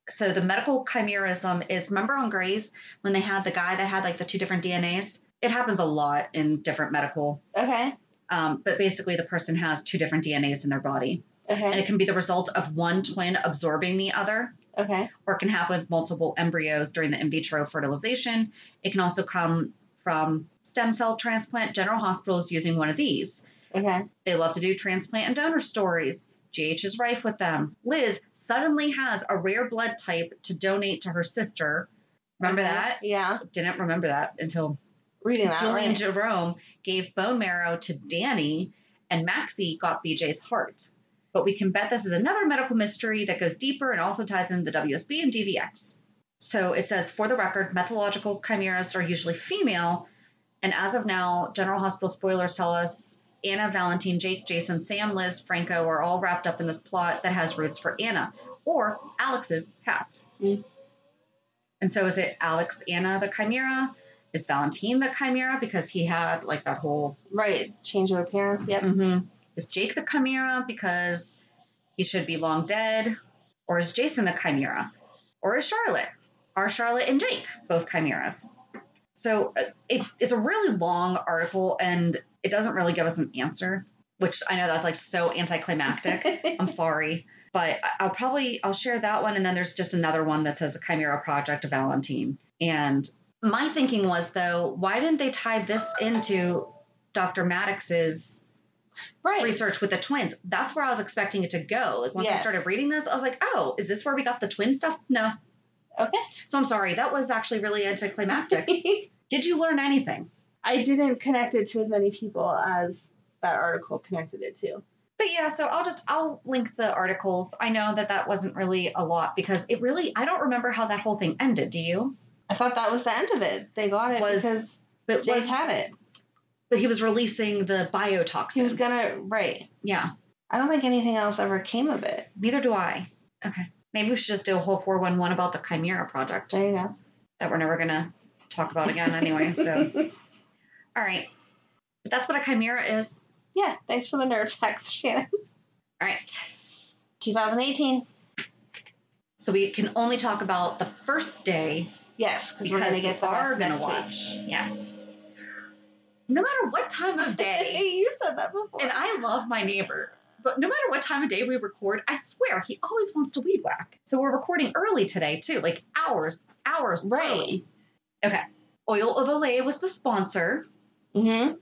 S3: So the medical chimerism is remember on Grays when they had the guy that had like the two different DNAs? It happens a lot in different medical,
S2: Okay.
S3: um, but basically the person has two different DNAs in their body. And
S2: Okay.
S3: it can be the result of one twin absorbing the other
S2: Okay.
S3: or it can happen with multiple embryos during the in vitro fertilization. It can also come from stem cell transplant. General Hospital is using one of these.
S2: Okay.
S3: They love to do transplant and donor stories. GH is rife with them. Liz suddenly has a rare blood type to donate to her sister. Remember
S2: Okay.
S3: that?
S2: Yeah.
S3: Didn't remember that until
S2: Reading that.
S3: Julian
S2: right?
S3: Jerome gave bone marrow to Danny, and Maxie got BJ's heart. But we can bet this is another medical mystery that goes deeper and also ties into the WSB and DVX. So it says, for the record, mythological chimeras are usually female, and as of now, General Hospital spoilers tell us Anna, Valentine, Jake, Jason, Sam, Liz, Franco are all wrapped up in this plot that has roots for Anna or Alex's past.
S2: Mm.
S3: And so is it Alex, Anna, the chimera? Is Valentine the chimera because he had like that whole
S2: Right. Change of appearance. Yep.
S3: Mm-hmm. Is Jake the Chimera because he should be long dead? Or is Jason the Chimera? Or is Charlotte? Are Charlotte and Jake both Chimeras? So uh, it, it's a really long article and it doesn't really give us an answer, which I know that's like so anticlimactic. I'm sorry. But I- I'll probably I'll share that one and then there's just another one that says the Chimera Project of Valentine. And my thinking was though, why didn't they tie this into Dr. Maddox's
S2: right.
S3: research with the twins. That's where I was expecting it to go. Like once I
S2: Yes.
S3: started reading this, I was like, oh, is this where we got the twin stuff? No.
S2: Okay.
S3: So I'm sorry. That was actually really anticlimactic. Did you learn anything?
S2: I didn't connect it to as many people as that article connected it to.
S3: But yeah, so I'll just I'll link the articles. I know that that wasn't really a lot because it really I don't remember how that whole thing ended. Do you?
S2: I thought that was the end of it. They got it
S3: Was-
S2: because
S3: But
S2: Jake
S3: was
S2: had it.
S3: but he was releasing the biotoxin.
S2: He was gonna right.
S3: yeah.
S2: I don't think anything else ever came of it.
S3: Neither do I. Okay. Maybe we should just do a whole four one one about the Chimera project.
S2: There you go.
S3: that we're never going to talk about again anyway. So, all right. But that's what a chimera is.
S2: Yeah. Thanks for the nerd facts, Shannon.
S3: All right.
S2: 2018.
S3: So we can only talk about the first day
S2: Yes, because we're
S3: because
S2: gonna
S3: we
S2: get the
S3: are
S2: rest
S3: going
S2: next
S3: to
S2: week.
S3: watch. Yes. No matter what time of day,
S2: you said that before.
S3: and uh, I love my neighbor, but no matter what time of day we record, I swear he always wants to weed whack. So we're recording early today too, like hours, hours
S2: right.
S3: early. Okay. Oil of Olay was the sponsor.
S2: Mm-hmm.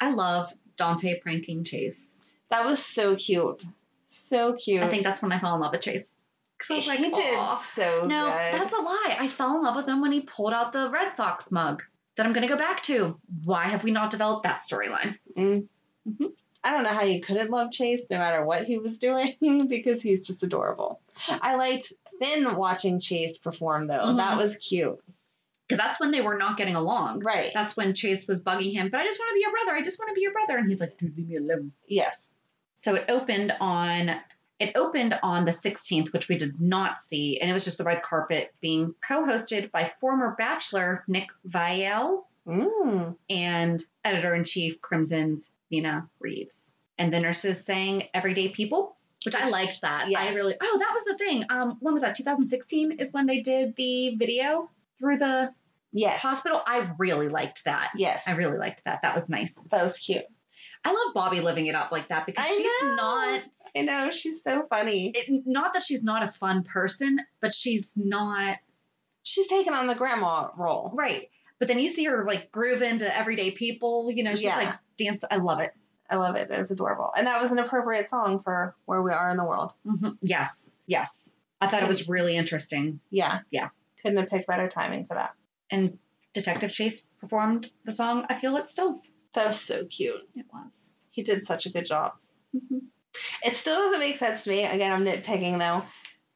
S3: I love Dante pranking Chase.
S2: That was so cute. So cute.
S3: I think that's when I fell in love with Chase. Because I was like,
S2: he did
S3: "Aw."
S2: so
S3: No,
S2: good.
S3: that's a lie. I fell in love with him when he pulled out the Red Sox mug that I'm going to go back to. Why have we not developed that storyline?
S2: Mm. I don't know how you couldn't love Chase no matter what he was doing because he's just adorable. I liked Finn watching Chase perform though.
S3: Mhm.
S2: That was cute.
S3: Because that's when they were not getting along.
S2: Right.
S3: That's when Chase was bugging him, but I just want to be your brother. I just want to be your brother. And he's like, dude, leave me alone.
S2: yes.
S3: So it opened on. It opened on the 16th, which we did not see, and it was just the red carpet being co-hosted by former Bachelor Nick Vielle
S2: Mm.
S3: and editor in chief Crimson's Nina Reeves. And the nurses sang Everyday People, which I liked that. I
S2: Yes.
S3: really, oh, that was the thing. Um, when was that? 2016 is when they did the video through the
S2: Yes.
S3: hospital. I really liked that.
S2: Yes.
S3: I really liked that. That was nice.
S2: that was cute.
S3: I love Bobby living it up like that because
S2: I
S3: she's
S2: know.
S3: not,
S2: I know she's so funny.
S3: it, not that she's not a fun person, but she's not
S2: She's taking on the grandma role.
S3: right. But then you see her like grooving to everyday people, you know, she's
S2: Yeah.
S3: like dance. I love it.
S2: I love it. It was adorable. And that was an appropriate song for where we are in the world.
S3: Mhm. Yes, yes. I thought it was really interesting.
S2: Yeah.
S3: Yeah.
S2: Couldn't have picked better timing for that.
S3: And Detective Chase performed the song I Feel It Still.
S2: That was so cute.
S3: It was.
S2: He did such a good job.
S3: Mhm.
S2: It still doesn't make sense to me. Again, I'm nitpicking though.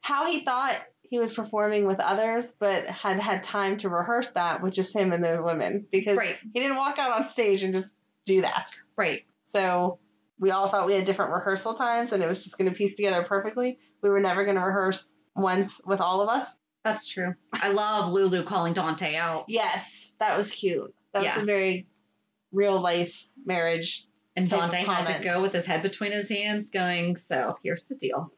S2: How he thought he was performing with others, but had had time to rehearse that with just him and those women because
S3: Right.
S2: he didn't walk out on stage and just do that.
S3: Right.
S2: So we all thought we had different rehearsal times and it was just going to piece together perfectly. We were never going to rehearse once with all of us.
S3: That's true. I love Lulu calling Dante out
S2: Yes, that was cute. That
S3: Yeah.
S2: was a very real life marriage.
S3: and
S2: Type of
S3: Dante had to
S2: comment.
S3: go with his head between his hands going, "So, here's the deal."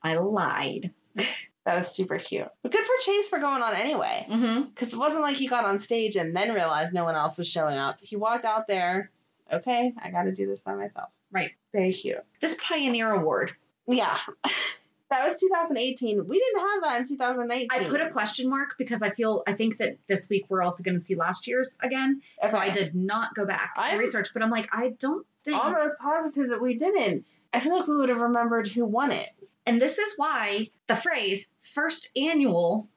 S3: I lied.
S2: That was super cute. But good for Chase for going on anyway.
S3: Mhm.
S2: Because it wasn't like he got on stage and then realized no one else was showing up. He walked out there, okay, I got to do this by myself.
S3: Right.
S2: Very cute.
S3: This Pioneer Award.
S2: Yeah. that was 2018. We didn't have that in 2019.
S3: I put a question mark because I feel I think that this week we're also going to see last year's again. So
S2: Okay.
S3: I did not go back and
S2: I'm-
S3: research, but I'm like, I don't think
S2: almost positive that we didn't. I feel like we would have remembered who won it.
S3: And this is why the phrase first annual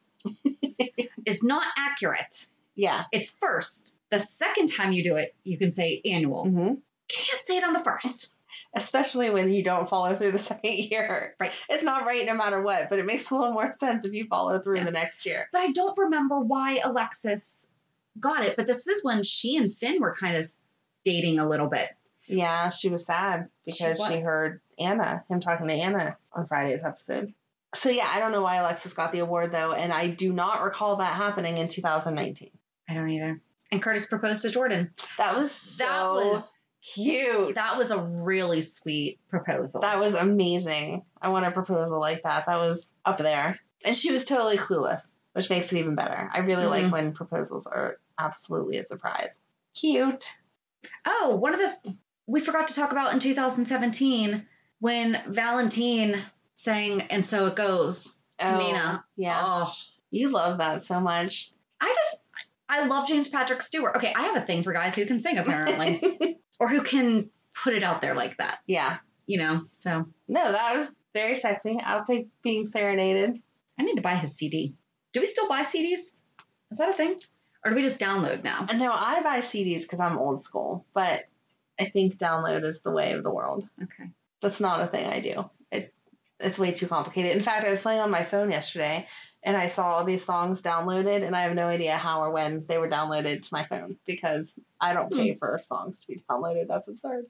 S3: is not accurate.
S2: Yeah.
S3: It's first. The second time you do it, you can say annual.
S2: Mm-hmm.
S3: Can't say it on the first.
S2: Especially when you don't follow through the second year.
S3: Right.
S2: It's not right no matter what, but it makes a little more sense if you follow through
S3: Yes.
S2: the next year.
S3: But I don't remember why Alexis got it. But this is when she and Finn were kind of dating a little bit.
S2: Yeah, she was sad because she,
S3: was.
S2: heard Anna, him talking to Anna on Friday's episode. So yeah, I don't know why Alexis got the award though, and I do not recall that happening in 2019.
S3: I don't either. And Curtis proposed to Jordan.
S2: That was so
S3: that was
S2: cute.
S3: that was a really sweet proposal.
S2: That was amazing. I want a proposal like that. That was up there. And she was totally clueless, which makes it even better. I really
S3: Mhm.
S2: like when proposals are absolutely a surprise. Cute.
S3: Oh, one of the we forgot to talk about in 2017 when Valentine sang "And So It Goes" to
S2: Oh,
S3: Nina.
S2: Yeah.
S3: Oh,
S2: You love that so much.
S3: I just I love James Patrick Stewart. Okay, I have a thing for guys who can sing apparently, or who can put it out there like that.
S2: Yeah.
S3: You know, so
S2: No, that was very sexy. I'll take being serenaded.
S3: I need to buy his CD. Do we still buy CDs? Is that a thing, or do we just download now?
S2: And No, I buy CDs because I'm old school, but I think download is the way of the world.
S3: Okay.
S2: That's not a thing I do. It, it's way too complicated. In fact, I was playing on my phone yesterday and I saw all these songs downloaded, and I have no idea how or when they were downloaded to my phone because I don't pay for songs to be downloaded. That's absurd.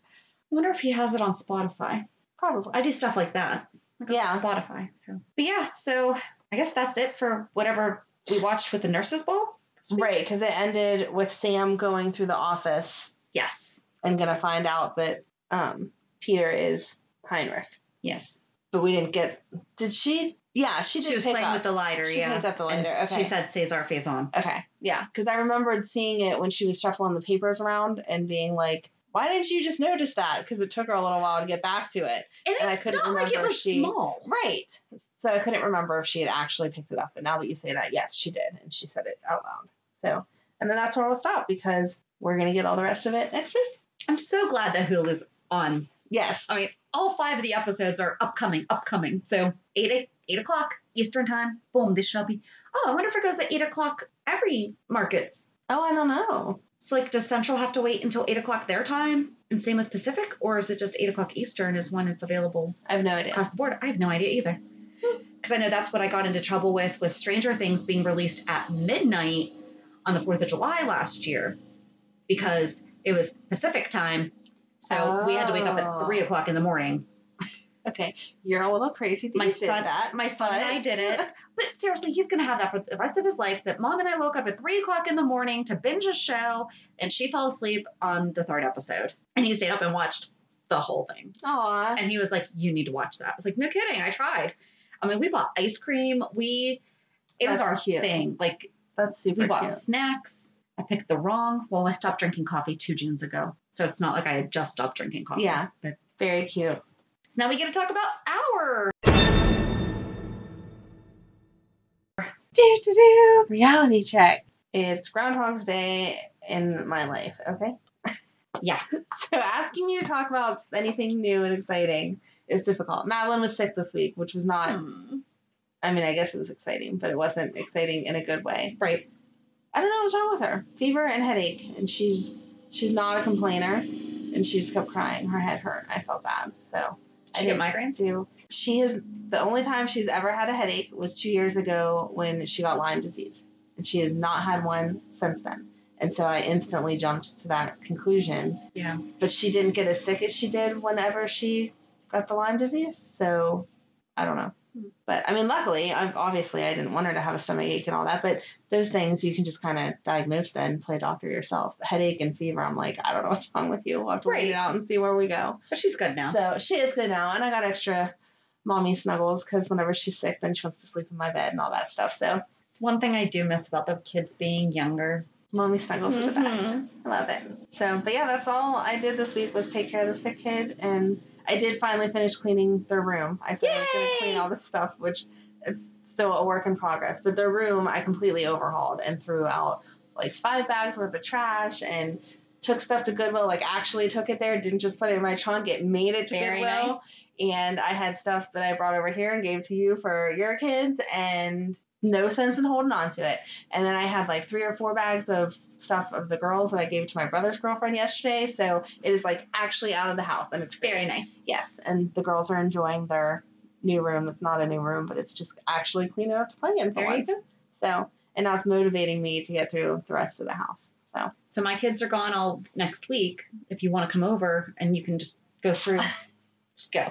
S3: I wonder if he has it on Spotify.
S2: Probably.
S3: I do stuff like that. I go to
S2: Yeah.
S3: Spotify. So, but yeah. So I guess that's it for whatever we watched with the nurses' ball.
S2: Right, because it ended with Sam going through the office
S3: Yes.
S2: and going to find out that um, Peter is Heinrich.
S3: Yes.
S2: But we didn't get. Did she? Yeah, she did.
S3: She was
S2: pick
S3: playing
S2: up.
S3: with the lighter.
S2: She
S3: yeah.
S2: picked up the
S3: And
S2: lighter, okay.
S3: She said Cesar face on.
S2: Okay, yeah, because I remembered seeing it when she was shuffling the papers around and being like, "Why didn't you just notice that?" Because it took her a little while to get back to it.
S3: And,
S2: And I
S3: it's
S2: couldn't
S3: not like it
S2: remember if
S3: was
S2: she-
S3: small.
S2: Right. So I couldn't remember if she had actually picked it up, but now that you say that, yes, she did, and she said it out loud. So And then that's where we'll stop because we're going to get all the rest of it next week.
S3: I'm so glad that Hulu's on.
S2: Yes.
S3: I mean, all five of the episodes are upcoming, upcoming. So eight eight o'clock Eastern time. Boom, they should all be. Oh, I wonder if it goes at eight o'clock every markets.
S2: Oh, I don't know.
S3: So like, does Central have to wait until eight o'clock their time, and same with Pacific, or is it just eight o'clock Eastern is when it's available
S2: I have no idea.
S3: across the board? I have no idea either. Because I know that's what I got into trouble with with Stranger Things being released at midnight on the Fourth of July last year, because it was Pacific time. So we had to wake up at
S2: Oh.
S3: three o'clock in the morning.
S2: Okay. You're a little crazy that
S3: my
S2: you
S3: son
S2: did that.
S3: my son and
S2: but-
S3: i did it but seriously he's going to have that for the rest of his life that mom and i woke up at three o'clock in the morning to binge a show and she fell asleep on the third episode and he stayed up and watched the whole thing
S2: Aw.
S3: and he was like you need to watch that i was like no kidding i tried i mean we bought ice cream we it was
S2: That's
S3: our
S2: cute.
S3: thing like
S2: That's super
S3: we bought
S2: cute.
S3: snacks i picked the wrong well i stopped drinking coffee two junes ago so it's not like i had just stopped drinking coffee
S2: Yeah. Very cute.
S3: so now we get to talk about our
S2: Do do do. Reality check. It's Groundhog's Day in my life. Okay.
S3: yeah
S2: So asking me to talk about anything new and exciting is difficult. Madeline was sick this week, which was not.
S3: Hmm.
S2: I mean, I guess it was exciting, but it wasn't exciting in a good way.
S3: right
S2: I don't know what's wrong with her. Fever and headache, and she's she's not a complainer, and she just kept crying. Her head hurt. I felt bad. So I
S3: She get
S2: didn't
S3: migraines?
S2: do. She is the only time she's ever had a headache was two years ago when she got Lyme disease, and she has not had one since then. And so I instantly jumped to that conclusion.
S3: Yeah.
S2: But she didn't get as sick as she did whenever she got the Lyme disease. So I don't know. But I mean, luckily, i obviously, I didn't want her to have a stomach ache and all that. But those things you can just kind of diagnose then, play doctor yourself. Headache and fever, I'm like, I don't know what's wrong with you. We'll have to wait
S3: Right.
S2: it out and see where we go.
S3: But she's good now.
S2: So she is good now, and I got extra mommy snuggles because whenever she's sick, then she wants to sleep in my bed and all that stuff. So
S3: It's one thing I do miss about the kids being younger.
S2: mommy snuggles are the best. I
S3: Mm-hmm.
S2: love it. So, but yeah, that's all I did this week was take care of the sick kid, and I did finally finish cleaning their room. I said I was going to clean all this stuff, which it's still a work in progress. But their room, I completely overhauled and threw out like five bags worth of trash and. Took stuff to Goodwill, like actually took it there, didn't just put it in my trunk. It made it to
S3: Very
S2: Goodwill.
S3: nice.
S2: and I had stuff that I brought over here and gave to you for your kids, and no sense in holding on to it. And then I had like three or four bags of stuff of the girls that I gave to my brother's girlfriend yesterday, so it is like actually out of the house, and it's great.
S3: Very nice.
S2: Yes, and the girls are enjoying their new room. That's not a new room, but it's just actually clean enough to play in for
S3: There you
S2: once. So, and now it's motivating me to get through the rest of the house. So
S3: So my kids are gone all next week. If you want to come over and you can just go through, just go.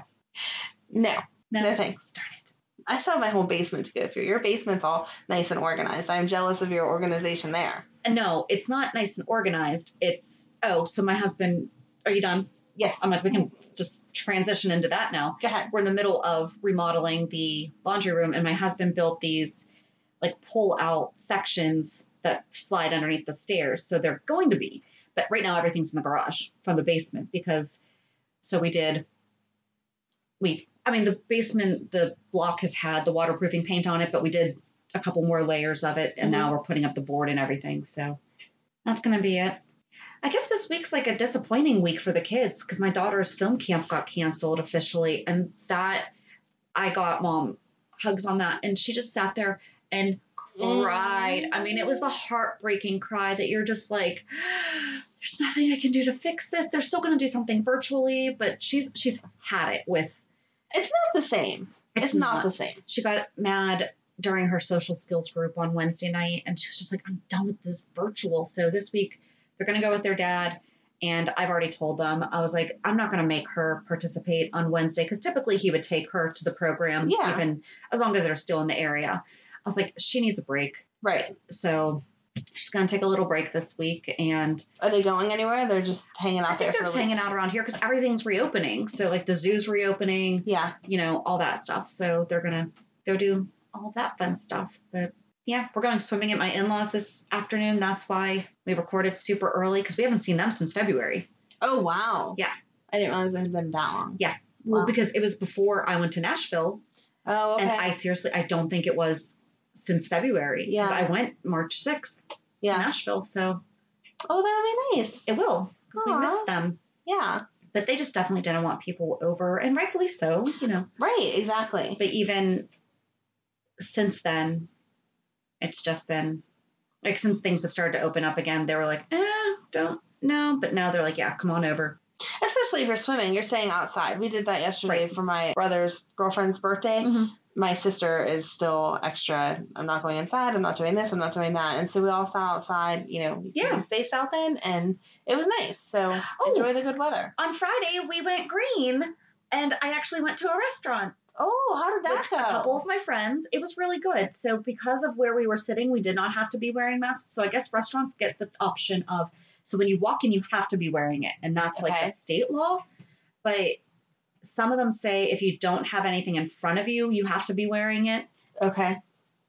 S2: no,
S3: No,
S2: No, thanks. Darn it. I still have my whole basement to go through. Your basement's all nice and organized. I'm jealous of your organization there.
S3: And Uh, no, it's not nice and organized. It's oh, so my husband. Are you done?
S2: Yes.
S3: I'm like we can just transition into that now.
S2: go ahead.
S3: We're in the middle of remodeling the laundry room, and my husband built these like pull out sections that slide underneath the stairs. So they're going to be. But right now, everything's in the garage from the basement because so we did. We, I mean, the basement, the block has had the waterproofing paint on it, but we did a couple more layers of it, and now we're putting up the board and everything. So that's going to be it. I guess this week's like a disappointing week for the kids because my daughter's film camp got canceled officially, and that I got mom hugs on that, and she just sat there and cried. I mean, it was the heartbreaking cry that you're just like, there's nothing I can do to fix this. They're still going to do something virtually, but she's she's had it with.
S2: It's not the same. It's, not,
S3: not.
S2: the same.
S3: She got mad during her social skills group on Wednesday night, and she was just like, I'm done with this virtual. So this week they're going to go with their dad. And I've already told them, I was like, I'm not going to make her participate on Wednesday because typically he would take her to the program,
S2: Yeah.
S3: even as long as they're still in the area. I was like, she needs a break.
S2: Right.
S3: So she's going to take a little break this week. And
S2: Are they going anywhere? They're just hanging out
S3: I think
S2: there
S3: they're
S2: for
S3: just
S2: a week.
S3: hanging out around here because everything's reopening. So, like, the zoo's reopening,
S2: Yeah.
S3: you know, all that stuff. So they're going to go do all that fun stuff. But yeah, we're going swimming at my in laws this afternoon. That's why we recorded super early because we haven't seen them since February.
S2: Oh wow.
S3: Yeah.
S2: I didn't realize it had been that long.
S3: Yeah. Well,
S2: Wow.
S3: because it was before I went to Nashville.
S2: Oh okay.
S3: And I seriously, I don't think it was since February.
S2: Yeah.
S3: Because I went March 6th.
S2: Yeah.
S3: to Nashville, so
S2: Oh, that'll be nice.
S3: it will because we
S2: Aw.
S3: missed them.
S2: Yeah.
S3: But they just definitely didn't want people over, and rightfully so, you know.
S2: Right. Exactly.
S3: But even since then, it's just been like since things have started to open up again, they were like, eh, don't know. But now they're like, yeah, come on over.
S2: Especially for swimming, you're staying outside. We did that yesterday for my brother's girlfriend's birthday.
S3: Mhm.
S2: My sister is still extra. I'm not going inside. I'm not doing this. I'm not doing that. And so we all sat outside. You know, we
S3: Yeah.
S2: spaced out then, and it was nice. So
S3: Oh.
S2: enjoy the good weather.
S3: On Friday, we went green, and I actually went to a restaurant
S2: Oh, how did that
S3: with
S2: go?
S3: a couple of my friends. It was really good. So because of where we were sitting, we did not have to be wearing masks. So I guess restaurants get the option of so when you walk in, you have to be wearing it, and that's like
S2: Okay.
S3: the state law. But some of them say if you don't have anything in front of you, you have to be wearing it.
S2: Okay.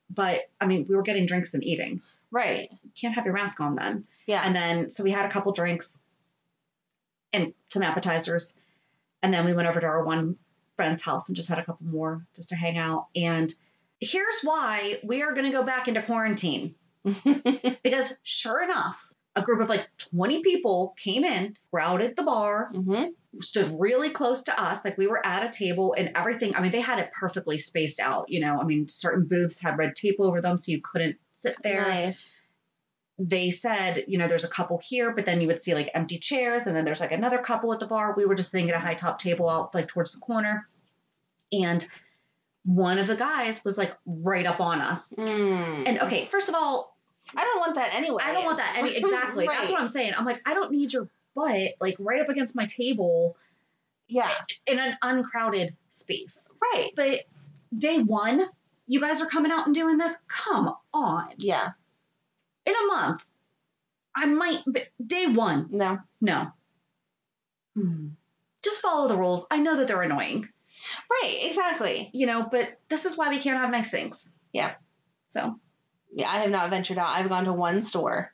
S3: But I mean, we were getting drinks and eating.
S2: Right.
S3: You can't have your mask on then.
S2: Yeah.
S3: And then so we had a couple drinks and some appetizers. And then we went over to our one friend's house and just had a couple more just to hang out. And here's why we are going to go back into quarantine. because sure enough, a group of like 20 people came in, crowded the bar,
S2: mm-hmm.
S3: stood really close to us. Like we were at a table and everything. I mean, they had it perfectly spaced out. You know, I mean, certain booths had red tape over them so you couldn't sit there
S2: Nice.
S3: they said, you know, there's a couple here, but then you would see like empty chairs, and then there's like another couple at the bar. We were just sitting at a high top table out like towards the corner. And one of the guys was like right up on us.
S2: Mm.
S3: And okay, first of all,
S2: I don't want that anyway.
S3: I don't want that any exactly. That's what I'm saying. I'm like, I don't need your butt like right up against my table
S2: Yeah.
S3: in an uncrowded space.
S2: Right.
S3: But day one, you guys are coming out and doing this? Come on.
S2: Yeah.
S3: In a month, I might, but day one,
S2: No.
S3: No. Hmm. Just follow the rules. I know that they're annoying,
S2: Right. Exactly.
S3: you know, but this is why we can't have nice things.
S2: Yeah.
S3: So,
S2: Yeah. I have not ventured out. I've gone to one store,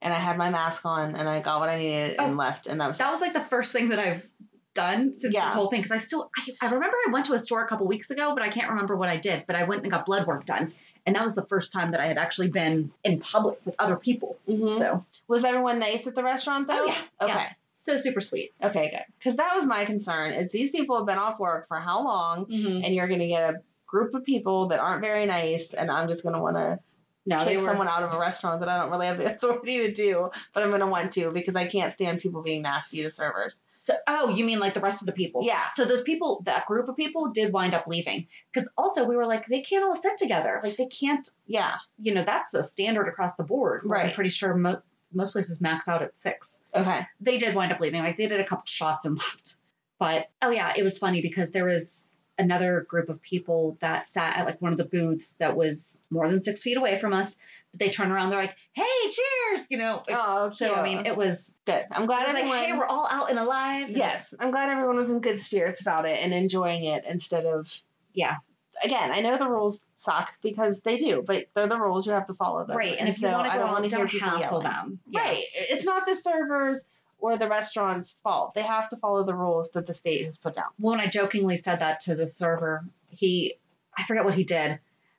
S2: and I had my mask on, and I got what I needed
S3: Oh.
S2: and left, and that was
S3: that was like the first thing that I've done since
S2: Yeah.
S3: this whole thing. Cause I still, I, I remember I went to a store a couple weeks ago, but I can't remember what I did. But I went and got blood work done. And that was the first time that I had actually been in public with other people.
S2: Mhm.
S3: So,
S2: Was everyone nice at the restaurant though?
S3: Mm-hmm. Oh, yeah.
S2: Okay.
S3: Yeah. so super sweet.
S2: Okay. Good. Because that was my concern: is these people have been off work for how long,
S3: Mm-hmm.
S2: and you're going to get a group of people that aren't very nice, and I'm just going to want to
S3: No, they
S2: kick
S3: were.
S2: someone out of a restaurant that I don't really have the authority to do, but I'm going to want to because I can't stand people being nasty to servers.
S3: So, oh, you mean like the rest of the people?
S2: Yeah.
S3: So those people, that group of people, did wind up leaving because also we were like, they can't all sit together. Like they can't.
S2: Yeah.
S3: You know, that's a standard across the board. where I'm
S2: Right.
S3: pretty sure most most places max out at six.
S2: Okay.
S3: They did wind up leaving. Like they did a couple shots and left. But oh yeah, it was funny because there was another group of people that sat at like one of the booths that was more than six feet away from us. But they turn around, they're like, "Hey, cheers!" You know.
S2: Oh,
S3: so I mean, it was.
S2: good. I'm
S3: I
S2: glad
S3: was like,
S2: everyone.
S3: "Hey, we're all out and alive."
S2: yes, I'm glad everyone was in good spirits about it and enjoying it instead of.
S3: Yeah.
S2: Again, I know the rules suck because they do, but they're the rules. You have to follow them.
S3: Right, and if you
S2: so
S3: want to
S2: I
S3: go
S2: don't
S3: out,
S2: want to hear
S3: don't
S2: people
S3: hassle
S2: yelling.
S3: them.
S2: Right. It's not the servers or the restaurant's fault. They have to follow the rules that the state has put down.
S3: When I jokingly said that to the server, he, I forget what he did,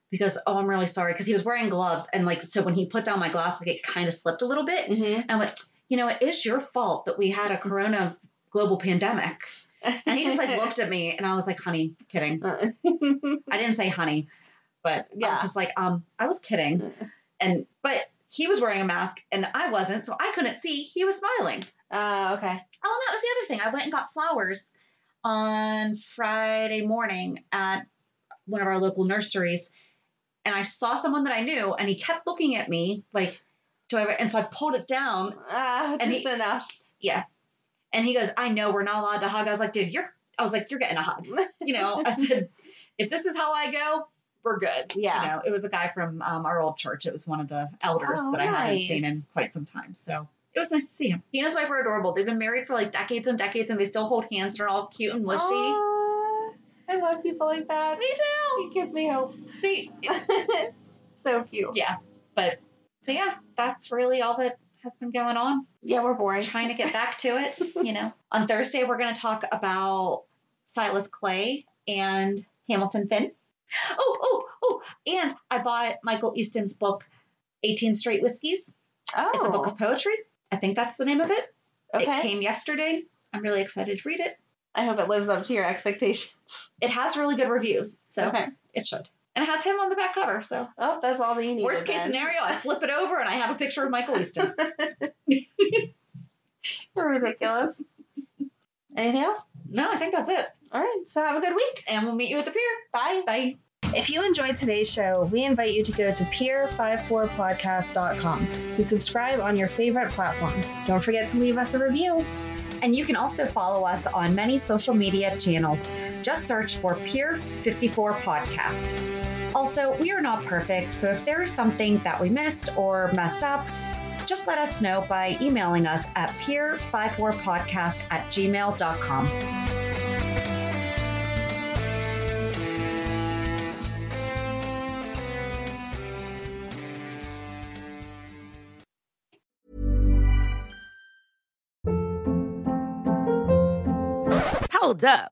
S3: because oh, I'm really sorry, because he was wearing gloves, and like so when he put down my glass, like it kind of slipped a little bit.
S2: Mm-hmm.
S3: And I'm like, you know, it is your fault that we had a corona global pandemic. And he just like looked at me, and I was like, honey, kidding. I didn't say honey, but I
S2: Yeah.
S3: was just like, um, I was kidding. And but he was wearing a mask, and I wasn't, so I couldn't see. He was smiling.
S2: uh, okay.
S3: Oh, and that was the other thing. I went and got flowers on Friday morning at one of our local nurseries, and I saw someone that I knew, and he kept looking at me like, "Do I?" And so I pulled it down,
S2: Uh,
S3: And
S2: just
S3: he-
S2: enough.
S3: and he goes, "I know we're not allowed to hug." I was like, "Dude, you're," I was like, "You're getting a hug," you know. I said, "If this is how I go." We're good.
S2: Yeah.
S3: You know, it was a guy from um, our old church. It was one of the elders
S2: Oh,
S3: that I hadn't
S2: nice.
S3: seen in quite some time. So it was nice to see him. He and his wife are adorable. They've been married for like decades and decades and they still hold hands. They're all cute and mushy.
S2: Aw, I love people like that.
S3: Me too.
S2: It gives Oh, me hope.
S3: They-
S2: so cute.
S3: yeah. But so yeah, that's really all that has been going on.
S2: Yeah, we're boring.
S3: Trying to get back to it, you know. On Thursday, we're going to talk about Silas Clay and Hamilton Finn. Oh, oh, oh. And I bought Michael Easton's book, 18 Straight Whiskies.
S2: Oh,
S3: It's a book of poetry. I think that's the name of it. It
S2: okay.
S3: came yesterday. I'm really excited to read it.
S2: I hope it lives up to your expectations.
S3: It has really good reviews, so
S2: Okay.
S3: it should. And it has him on the back cover, so
S2: Oh, that's all that you need.
S3: worst case scenario, I flip it over and I have a picture of Michael Easton.
S2: You're ridiculous. Anything else?
S3: no, I think that's it.
S2: All right. So have a good week.
S3: And we'll meet you at the pier.
S2: Bye.
S3: Bye.
S4: If you enjoyed today's show, we invite you to go to peer54podcast.com to subscribe on your favorite platform. Don't forget to leave us a review.
S5: And you can also follow us on many social media channels. Just search for Peer 54 Podcast. Also, we are not perfect, so if there is something that we missed or messed up, just let us know by emailing us at peer54podcast at gmail.com.
S8: Hold up.